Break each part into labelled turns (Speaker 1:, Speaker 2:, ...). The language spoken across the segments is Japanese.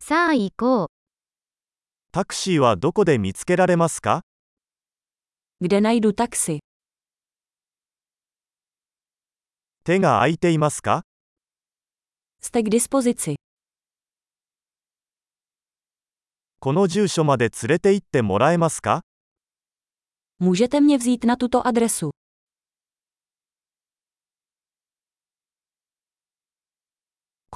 Speaker 1: さあ行こう。
Speaker 2: タクシーはどこで見つけられますか
Speaker 3: Kde najdu taxi?
Speaker 2: 手が空いていますか
Speaker 3: Jste k dispozici.
Speaker 2: この住所まで連れて行ってもらえますか
Speaker 3: Můžete mě vzít na tuto adresu.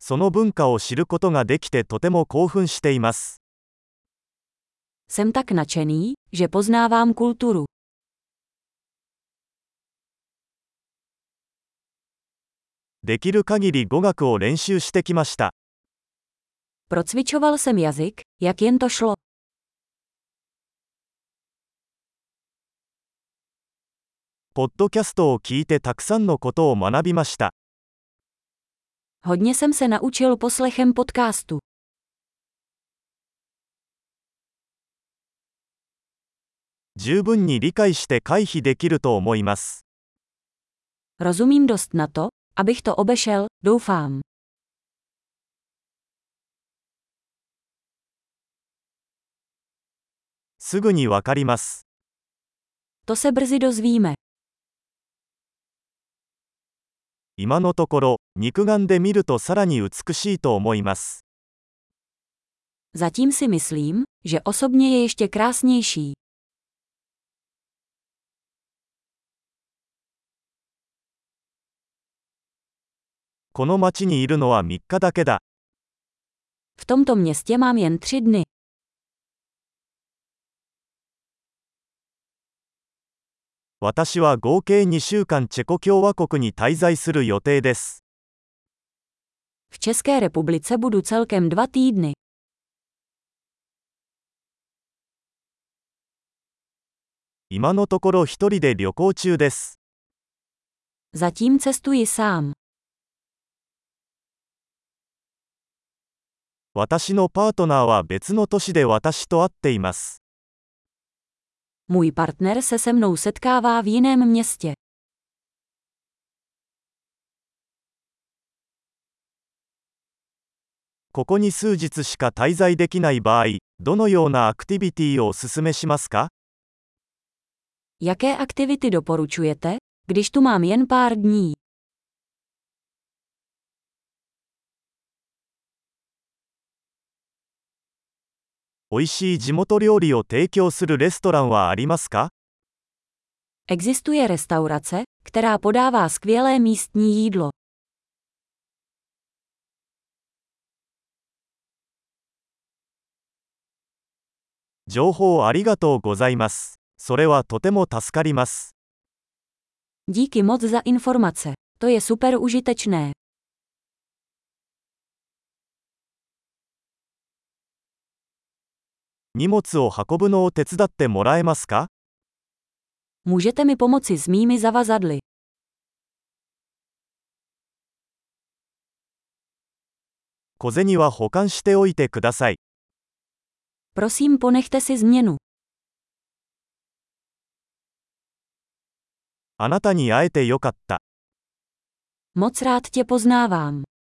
Speaker 2: その文化を知ることができてとても興奮しています。
Speaker 3: Jsem tak nadšený, že poznávám kulturu.
Speaker 2: できる限り語学を練習してきました。
Speaker 3: Procvičoval jsem jazyk, jak jen to šlo.
Speaker 2: ポッドキャストを聞いてたくさんのことを学びました。
Speaker 3: Hodně jsem se naučil poslechem podcastu.
Speaker 2: 十分に理解して回避できると思います。
Speaker 3: Rozumím dost na to, abych to obešel, doufám.
Speaker 2: Suguni wakarimasu. すぐにわかります。
Speaker 3: To se brzy dozvíme.
Speaker 2: 今のところ肉眼で見るとさらに美しいと思います
Speaker 3: Zatím si myslím, že osobně je ještě krásnější.
Speaker 2: この町にいるのは3日だけだ
Speaker 3: V tomto městě mám jen tři dny.
Speaker 2: 私は合計2週間チェコ共和国に滞在する予定です
Speaker 3: V České republice budu celkem dva týdny.
Speaker 2: 今のところ一人で旅行中です
Speaker 3: Zatím cestuji sám.
Speaker 2: 私のパートナーは別の都市で私と会っています
Speaker 3: Můj partner se se mnou setkává v jiném městě.
Speaker 2: ここに数日しか滞在できない場合どのようなアクティビティをお勧めしますか
Speaker 3: Jaké aktivity doporučujete, když tu mám jen pár dní?
Speaker 2: 美味しい地元料理を提供するレストランはありますか
Speaker 3: Existuje restaurace, která podává skvělé místní jídlo.
Speaker 2: 情報ありがとうございますそれはとても助かります
Speaker 3: Díky moc za informace. To je super užitečné.
Speaker 2: K 荷物を運ぶのを手伝ってもらえますか
Speaker 3: Můžete mi pomoci s mými zavazadly.
Speaker 2: 小銭は保管しておいてください。
Speaker 3: Prosím, ponechte si změnu.
Speaker 2: あなたに会えてよかった。
Speaker 3: Moc rád tě poznávám.